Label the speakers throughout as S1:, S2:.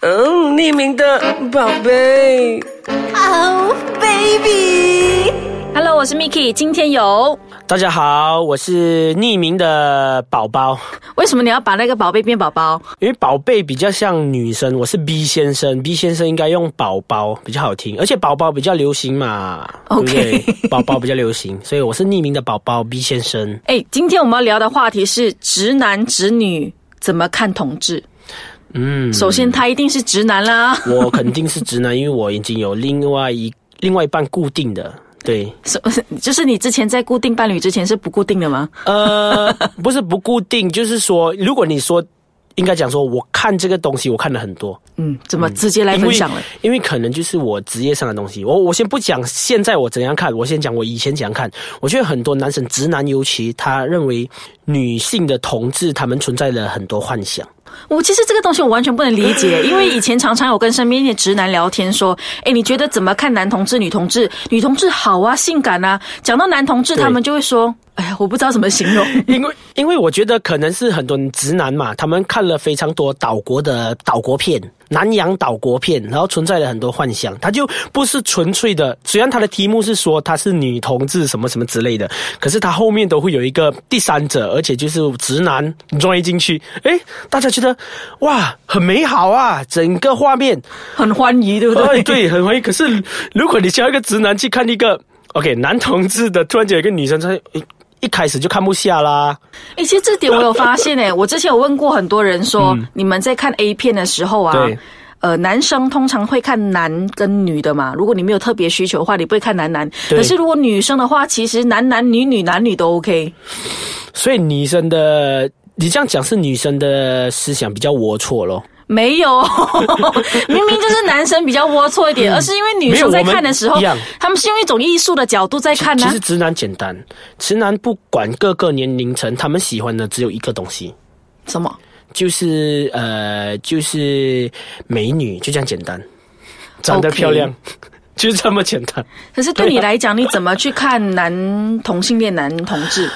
S1: 嗯，匿名的宝贝。
S2: Oh baby，
S3: Hello，我是 Miki，今天有。
S4: 大家好，我是匿名的宝宝，
S3: 为什么你要把那个宝贝变宝宝？
S4: 因为宝贝比较像女生，我是 B 先生，B 先生应该用宝宝比较好听，而且宝宝比较流行嘛
S3: OK
S4: 对不对？宝宝比较流行，所以我是匿名的宝宝 B 先生。
S3: 哎，今天我们要聊的话题是直男直女怎么看同志。
S4: 嗯，
S3: 首先，他一定是直男啦。
S4: 我肯定是直男，因为我已经有另外一另外一半固定的。对，
S3: 是 就是你之前在固定伴侣之前是不固定的吗？
S4: 呃，不是不固定，就是说，如果你说，应该讲说，我看这个东西，我看了很多，
S3: 嗯，怎么直接来
S4: 因
S3: 分
S4: 为
S3: 享了？
S4: 因为可能就是我职业上的东西，我我先不讲现在我怎样看，我先讲我以前怎样看。我觉得很多男生，直男尤其，他认为女性的同志，他们存在了很多幻想。
S3: 我其实这个东西我完全不能理 解，因为以前常常有跟身边一些直男聊天说，哎，你觉得怎么看男同志、女同志？女同志好啊，性感啊。讲到男同志，
S4: 对
S3: 他们就会说，哎呀，我不知道怎么形容。
S4: 因为因为我觉得可能是很多直男嘛，他们看了非常多岛国的岛国片，南洋岛国片，然后存在了很多幻想，他就不是纯粹的。虽然他的题目是说他是女同志什么什么之类的，可是他后面都会有一个第三者，而且就是直男 join 进去，诶，大家觉得哇很美好啊，整个画面，
S3: 很欢愉，对不对？
S4: 哎对，很欢迎。可是如果你叫一个直男去看一个 OK 男同志的，突然间有一个女生在，诶一开始就看不下啦。
S3: 哎、其实这点我有发现诶、我之前有问过很多人说，你们在看 A 片的时候啊
S4: 嗯对，
S3: 呃，男生通常会看男跟女的嘛，如果你没有特别需求的话，你不会看男男。
S4: 对
S3: 可是如果女生的话，其实男男女女男女都 OK。
S4: 所以女生的，你这样讲是女生的思想比较龌龊咯。
S3: 没 有，明明就是男生比较龌龊一点，而是因为女生在看的时候
S4: 嗯没有我们一样，
S3: 他们是用一种艺术的角度在看啊呢、
S4: 其实直男简单，直男不管各个年龄层，他们喜欢的只有一个东西，
S3: 什么？
S4: 就是呃，就是美女，就这样简单，长得
S3: OK
S4: 漂亮。 就是这么简单。
S3: 可是
S4: 啊
S3: 对你来讲，你怎么去看男同性恋、男同志？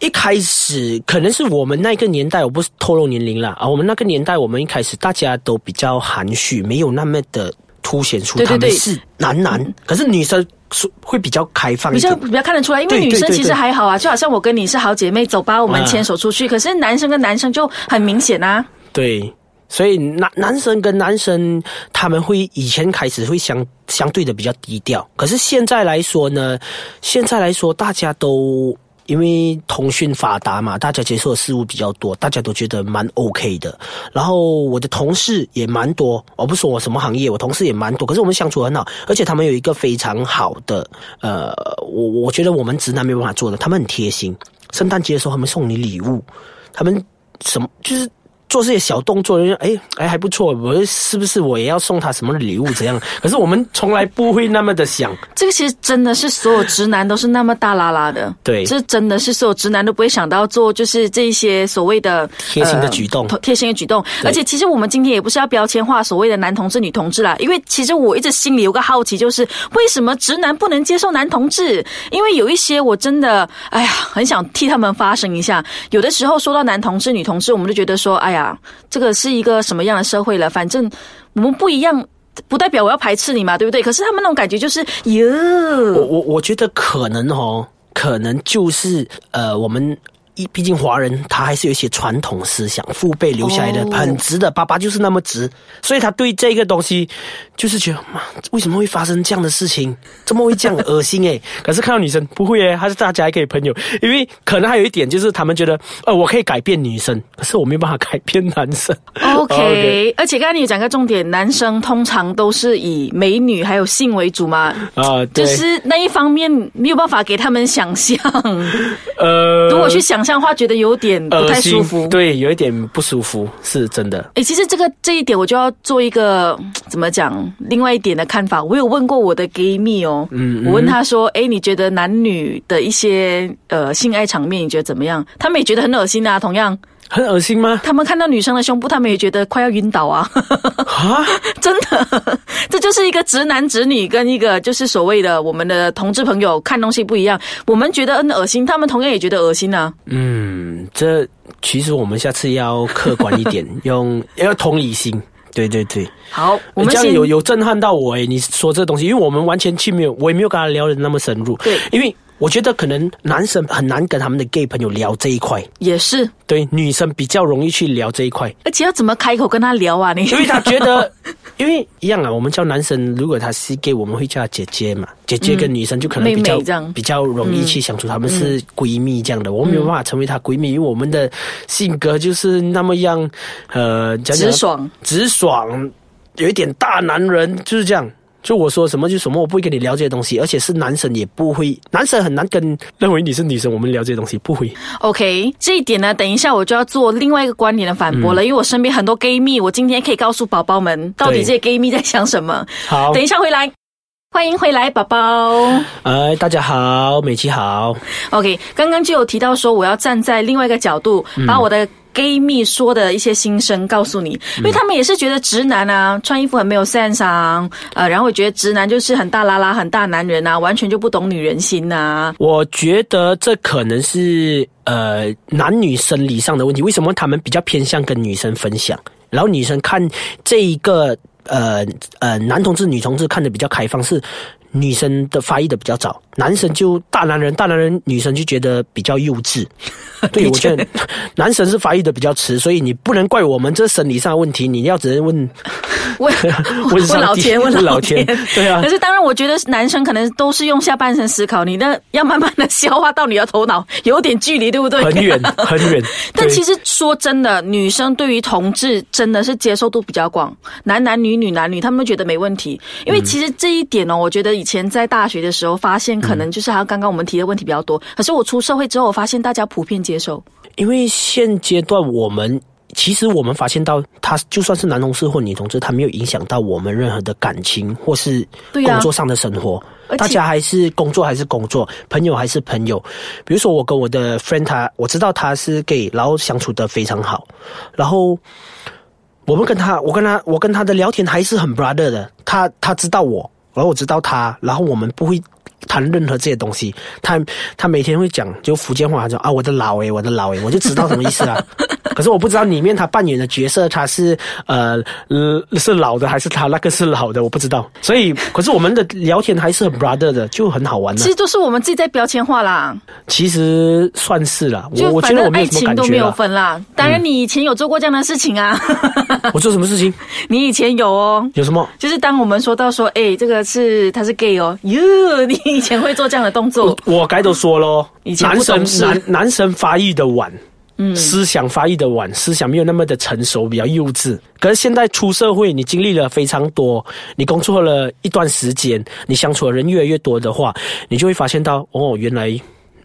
S4: 一开始可能是我们那个年代，我不是透露年龄啦啊，我们那个年代，我们一开始大家都比较含蓄，没有那么的凸显出
S3: 对对
S4: 他们
S3: 对
S4: 是男男，可是女生是会比较开放一
S3: 比
S4: 点
S3: 较。比较看得出来，因为
S4: 对
S3: 女生
S4: 对对
S3: 其实
S4: 对
S3: 还好啊，就好像我跟你是好姐妹，走吧，我们
S4: 啊
S3: 牵手出去。可是男生跟男生就很明显啊，
S4: 对，所以男男生跟男生他们会以前开始会相相对的比较低调，可是现在来说呢，现在来说大家都。因为通讯发达嘛，大家接受的事物比较多，大家都觉得蛮 OK 的。然后我的同事也蛮多，我不说我什么行业，我同事也蛮多，可是我们相处很好，而且他们有一个非常好的，呃，我我觉得我们直男没办法做的，他们很贴心。圣诞节的时候，他们送你礼物，他们什么就是做这些小动作，人家哎哎还不错，我是不是我也要送他什么礼物怎样？可是我们从来不会那么的想，
S3: 这个其实真的是所有直男都是那么大拉拉的，
S4: 对
S3: 这真的是所有直男都不会想到做，就是这些所谓的
S4: 贴心的举动
S3: 呃贴心的举动。而且其实我们今天也不是要标签化所谓的男同志、女同志啦，因为其实我一直心里有个好奇，就是为什么直男不能接受男同志？因为有一些我真的，哎呀，很想替他们发声一下。有的时候说到男同志、女同志，我们就觉得说，哎呀，这个是一个什么样的社会了？反正我们不一样。不代表我要排斥你嘛，对不对？可是他们那种感觉就是，哟，
S4: 我我我觉得可能哦，可能就是呃，我们一毕竟华人他还是有一些传统思想，父辈留下来的、
S3: 哦
S4: 很直的，爸爸就是那么直，所以他对这个东西就是觉得妈，为什么会发生这样的事情？怎么会这样恶心 诶、可是看到女生不会诶、啊还是大家还可以朋友，因为可能还有一点就是他们觉得呃，我可以改变女生，可是我没有办法改变 男生。
S3: OK，,
S4: OK
S3: 而且刚才你有讲个重点，男生通常都是以美女还有性为主嘛，就
S4: 啊、对，
S3: 是那一方面没有办法给他们想象。
S4: 呃，
S3: 如果去想象的话，觉得有点不
S4: 恶
S3: 太
S4: 心
S3: 舒服。
S4: 对，有一点不舒服，是真的。
S3: 诶，其实这个这一点我就要做一个嗯怎么讲，另外一点的看法。我有问过我的 gay 蜜哦，
S4: 嗯
S3: 我问他说：“诶，你觉得男女的一些呃性爱场面，你觉得怎么样？”他们也觉得很恶心啊。同样，
S4: 很恶心吗？
S3: 他们看到女生的胸部，他们也觉得快要晕倒啊。
S4: 啊，
S3: 真的， 这就是一个直男直女跟一个就是所谓的我们的同志朋友看东西不一样。我们觉得嗯恶心，他们同样也觉得恶心啊。
S4: 嗯，这其实我们下次要客观一点，用要有同理心。对对对，
S3: 好，我
S4: 你
S3: 们
S4: 这样
S3: 先
S4: 哎有有震撼到我诶，你说这东西，因为我们完全去没有，我也没有跟他聊的那么深入，
S3: 对
S4: 因为我觉得可能男生很难跟他们的 gay 朋友聊这一块，
S3: 也是，
S4: 对，女生比较容易去聊这一块，
S3: 而且要怎么开口跟他聊啊？你
S4: 因 为他觉得， 因为一样啊，我们叫男生，如果他是 gay，我们会叫他姐姐嘛，姐姐跟女生就可能
S3: 妹
S4: 比较、
S3: 妹这样嗯
S4: 比较容易去相处，她们是闺蜜这样的，我们没有办法成为她闺蜜，因为我们的性格就是那么样，呃，讲讲
S3: 直爽，
S4: 直爽，有一点大男人就是这样。就我说什么就什么，我不会跟你聊这些东西，而且是男生也不会，男生很难跟认为你是女生，我们聊这些东西不会。
S3: OK，这一点呢，等一下我就要做另外一个观点的反驳了，因为我身边很多 gay 蜜，我今天可以告诉宝宝们，到底
S4: 嗯对
S3: 这些 gay 蜜在想什么。
S4: 好
S3: 等，一下回来，欢迎回来，宝宝。
S4: 呃，大家好，美琪好，
S3: OK，刚刚就有提到说，我要站在另外一个角度，
S4: 嗯
S3: 把我的 gay 蜜说的一些心声告诉你，
S4: 嗯
S3: 因为他们也是觉得直男啊，穿衣服很没有 sense 啊，呃，然后也觉得直男就是很大拉拉、很大男人啊，完全就不懂女人心啊呐、
S4: 我觉得这可能是呃男女生理上的问题。为什么他们比较偏向跟女生分享，然后女生看这一个呃呃男同志、女同志看的比较开放，是女生的发育的比较早，男生就大男人，大男人女生就觉得比较幼 稚。对，我觉得 男生是发育的比较迟，所以你不能怪我们这生理上的问题，你要只能问
S3: 问
S4: 问
S3: 问
S4: 上帝
S3: 老天，
S4: 问
S3: 老
S4: 老天 对啊
S3: 可是当然，我觉得男生可能都是用下半身思考，你的要慢慢的消化到你的头脑，有点距离，对不对？
S4: 很远很 远。
S3: 但
S4: 对
S3: 其实说真的，女生对于同志真的是接受度比较广，男男女女男女，他们都觉得没问题。因
S4: 嗯
S3: 为其实这一点呢、哦我觉得以前在大学的时候发现，可
S4: 嗯
S3: 能就是还有刚刚我们提的问题比较多。可是我出社会之后，我发现大家普遍接受。
S4: 因为现阶段我们其实我们发现到，他就算是男同事或女同志，他没有影响到我们任何的感情或是
S3: 对啊
S4: 工作上的生活。
S3: 而且
S4: 大家还是工作还是工作，朋友还是朋友。比如说我跟我的 friend 他，我知道他是 gay，然后相处的非常好，然后。我们跟他，我跟他，我跟他的聊天还是很 brother 的。他他知道我，然后我知道他，然后我们不会谈任何这些东西。他他每天会讲就福建话，他讲啊我的老诶，我的老诶，我就知道什么意思 啊。可是我不知道里面他扮演的角色，他是呃呃是老的还是他那个是老的，我不知道。所以，可是我们的聊天还是很 brother 的，就很好玩的、
S3: 其实都是我们自己在标签化啦，
S4: 其实算是啦，我
S3: 就
S4: 我觉
S3: 反
S4: 得
S3: 正
S4: 我没
S3: 爱
S4: 有什么
S3: 情
S4: 感
S3: 都没
S4: 觉
S3: 有
S4: 啦。嗯
S3: 分啦。当然，你以前有做过这样的事情啊，
S4: 我做什么事情？
S3: 你以前有哦。
S4: 有什么？
S3: 就是当我们说到说，哎、这个是他是 gay 哦，哟，你以前会做这样的动作，
S4: 我该都说喽，
S3: 哦以前
S4: 男
S3: 不懂
S4: 生
S3: 事
S4: 男男生发育的晚，嗯，思想发育的晚，思想没有那么的成熟，比较幼稚。可是现在出社会，你经历了非常多，你工作了一段时间，你相处的人越来越多的话，你就会发现到，哦，原来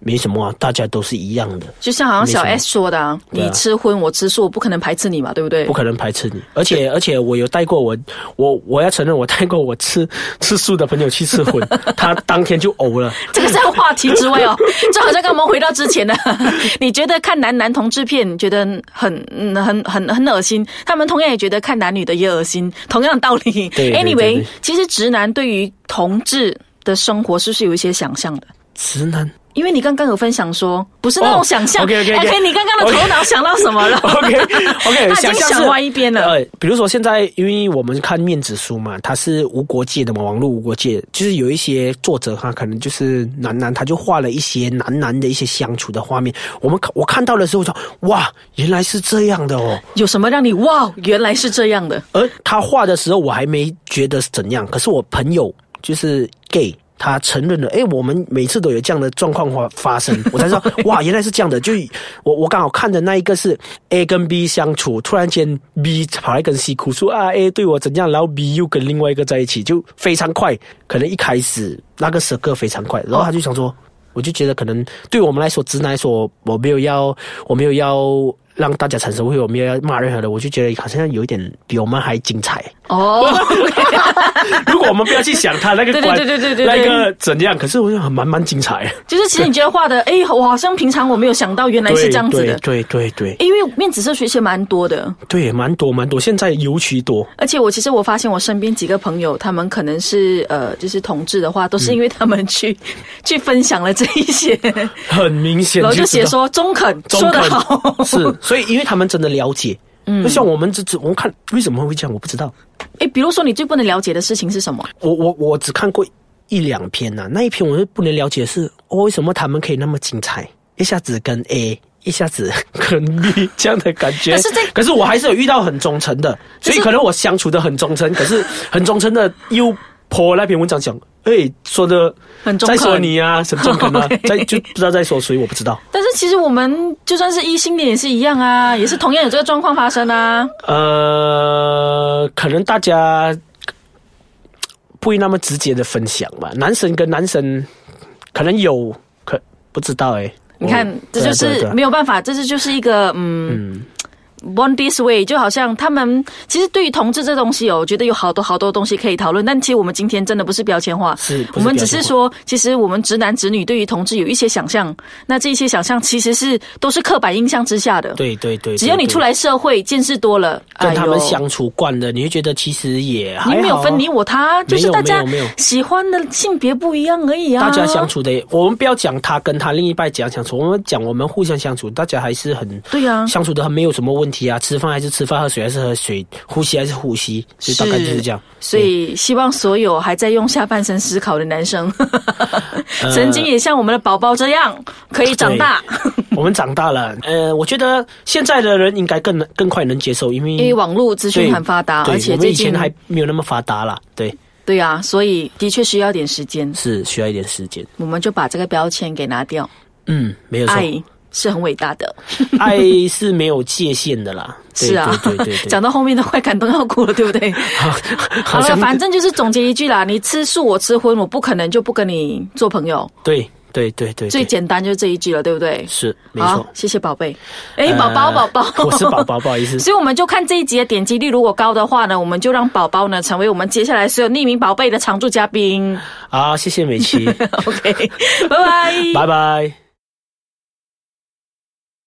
S4: 没什么、啊，大家都是一样的，
S3: 就像好像小 S 说的、啊，
S4: 对啊
S3: 你吃荤我吃素，我不可能排斥你嘛，对不对
S4: 不？可能排斥你。而且而且，我有带过我我我要承认，我带过我吃 吃素的朋友去吃 荤，他当天就呕了。
S3: 这个在话题之外 哦，这好像跟我们回到之前的， 你觉得看男男同志片你觉得很嗯很很很恶心，他们同样也觉得看男女的也恶心，同样的道理。
S4: 对对对
S3: anyway，
S4: 对
S3: 其实直男对于同志的生活是不是有一些想象的？
S4: 直男
S3: 因为你刚刚有分享说，不是那种
S4: 哦
S3: 想象。
S4: ，OK，OK，OK 哦
S3: OK，你刚刚的头脑想到什 么了
S4: OK OK，
S3: 他已经想歪一边了。
S4: 呃，比如说现在，因为我们看面子书嘛，它是无国界的嘛，网络无国界，就是有一些作者他可能就是男男，他就画了一些男男的一些相处的画面。我们看我看到的时候我说，哇，原来是这样的哦。
S3: 有什么让你哇，原来是这样的？
S4: 而他画的时候，我还没觉得是怎样，可是我朋友就是 gay。他承认了，哎，我们每次都有这样的状况发发生，我才知道，哇，原来是这样的。就我我刚好看的那一个是 A 跟 B 相处，突然间 B 跑来跟 C 哭诉啊，A 对我怎样，然后 B 又跟另外一个在一起，就非常快。可能一开始那个时刻非常快，然后他就想说，我就觉得可能对我们来说，直男来说，我没有要，我没有要让大家产生误会，我没有要骂任何人，我就觉得好像有一点比我们还精彩。
S3: 哦，
S4: 如果我们不要去想他那个
S3: 对对
S4: 关
S3: 对对对对对
S4: 那个怎样，可是我就很蛮蛮精彩。
S3: 就是其实你觉得画的，哎，我好像平常我没有想到，原来是这样子的。
S4: 对对对对
S3: 因为面子社学习蛮多的，
S4: 对，蛮多蛮多，现在尤其多。
S3: 而且我其实我发现我身边几个朋友，他们可能是呃，就是同志的话，都是因为他们去、 去分享了这一些，
S4: 很明显
S3: 然后
S4: 知道
S3: 就写说中肯，
S4: 中
S3: 说
S4: 肯
S3: 得好，
S4: 是，所以因为他们真的了解，嗯，像我们这这，我们看为什么会这样，我不知道。
S3: 诶，比如说你最不能了解的事情是什么？
S4: 我我我只看过一两篇呐、那一篇我就不能了解是、哦、为什么他们可以那么精彩，一下子跟 A，一下子 跟 B 这样的感觉。
S3: 可是这
S4: 可是我还是有遇到很忠诚的，所以可能我相处的很 忠诚，可是很忠诚的又泼那篇文章讲，哎，说的
S3: 很中
S4: 在
S3: 肯哦
S4: 说你啊，什么中 肯啊
S3: OK，
S4: 在就不知道在说谁，我不知道。
S3: 但是其实我们就算是异性恋也是一样啊，也是同样有这个状况发生啊。
S4: 呃，可能大家不会那么直接的分享吧。男生跟男生可能有，可不知道哎、
S3: 你看
S4: 我，
S3: 这就
S4: 对啊对
S3: 是
S4: 啊对啊
S3: 没有办法，这是就是一个嗯。Born this way，就好像他们其实对于同志这东西哦，我觉得有好多好多东西可以讨论。但其实我们今天真的不是标签化，
S4: 是不
S3: 我
S4: 是
S3: 们
S4: 标
S3: 只
S4: 签
S3: 是
S4: 化
S3: 说，其实我们直男直女对于同志有一些想象，那这些想象其实是都是刻板印象之下的。，
S4: 对对对，
S3: 只要你
S4: 对
S3: 出。来社会见识多了，
S4: 对跟他们
S3: 哎呦
S4: 相处惯了，你会觉得其实也还
S3: 你
S4: 好啊
S3: 没有分你我他，就是大家
S4: 没有没有没有
S3: 喜欢的性别不一样而已啊。
S4: 大家相处的也，我们不要讲他跟他另一半讲相处，我们讲我们互相相处，大家还是很
S3: 对啊
S4: 相处的很没有什么问题啊，吃饭还是吃饭，喝水还是喝水，呼吸还是呼吸，所以大概就是这样。
S3: 所以希望所有还在用下半身思考的男生，
S4: 呃
S3: 曾经也像我们的宝宝这样可以长大，
S4: 我们长大了，呃，我觉得现在的人应该更更快能接受，因为
S3: 因为网络资
S4: 对
S3: 讯很发达，
S4: 对
S3: 而且
S4: 我们
S3: 最
S4: 以前
S3: 近
S4: 还没有那么发达啦，对，
S3: 对啊，所以的确需要点时间，
S4: 是需要一点时间。
S3: 我们就把这个标签给拿掉。
S4: 嗯，没有错，
S3: 爱是很伟大的，
S4: 爱是没有界限的 啦，对
S3: 是啊
S4: 对对对，对
S3: 讲到后面都快感动要哭了，对不对？好
S4: 好
S3: 了，
S4: 像
S3: 反正就是总结一句啦，你吃素我吃荤，我不可能就不跟你做朋友，
S4: 对对对对，
S3: 最
S4: 对
S3: 简单就是这一句了，对不对？
S4: 是没
S3: 好
S4: 错，。
S3: 谢谢宝贝。哎，
S4: 呃
S3: 宝宝，宝宝，
S4: 我是宝宝，不好意思。
S3: 所以我们就看这一集的点击率，如果高的话呢，我们就让宝宝呢成为我们接下来所有匿名宝贝的常驻嘉宾。
S4: 好，谢谢美琪，
S3: OK，拜拜。
S4: 拜拜。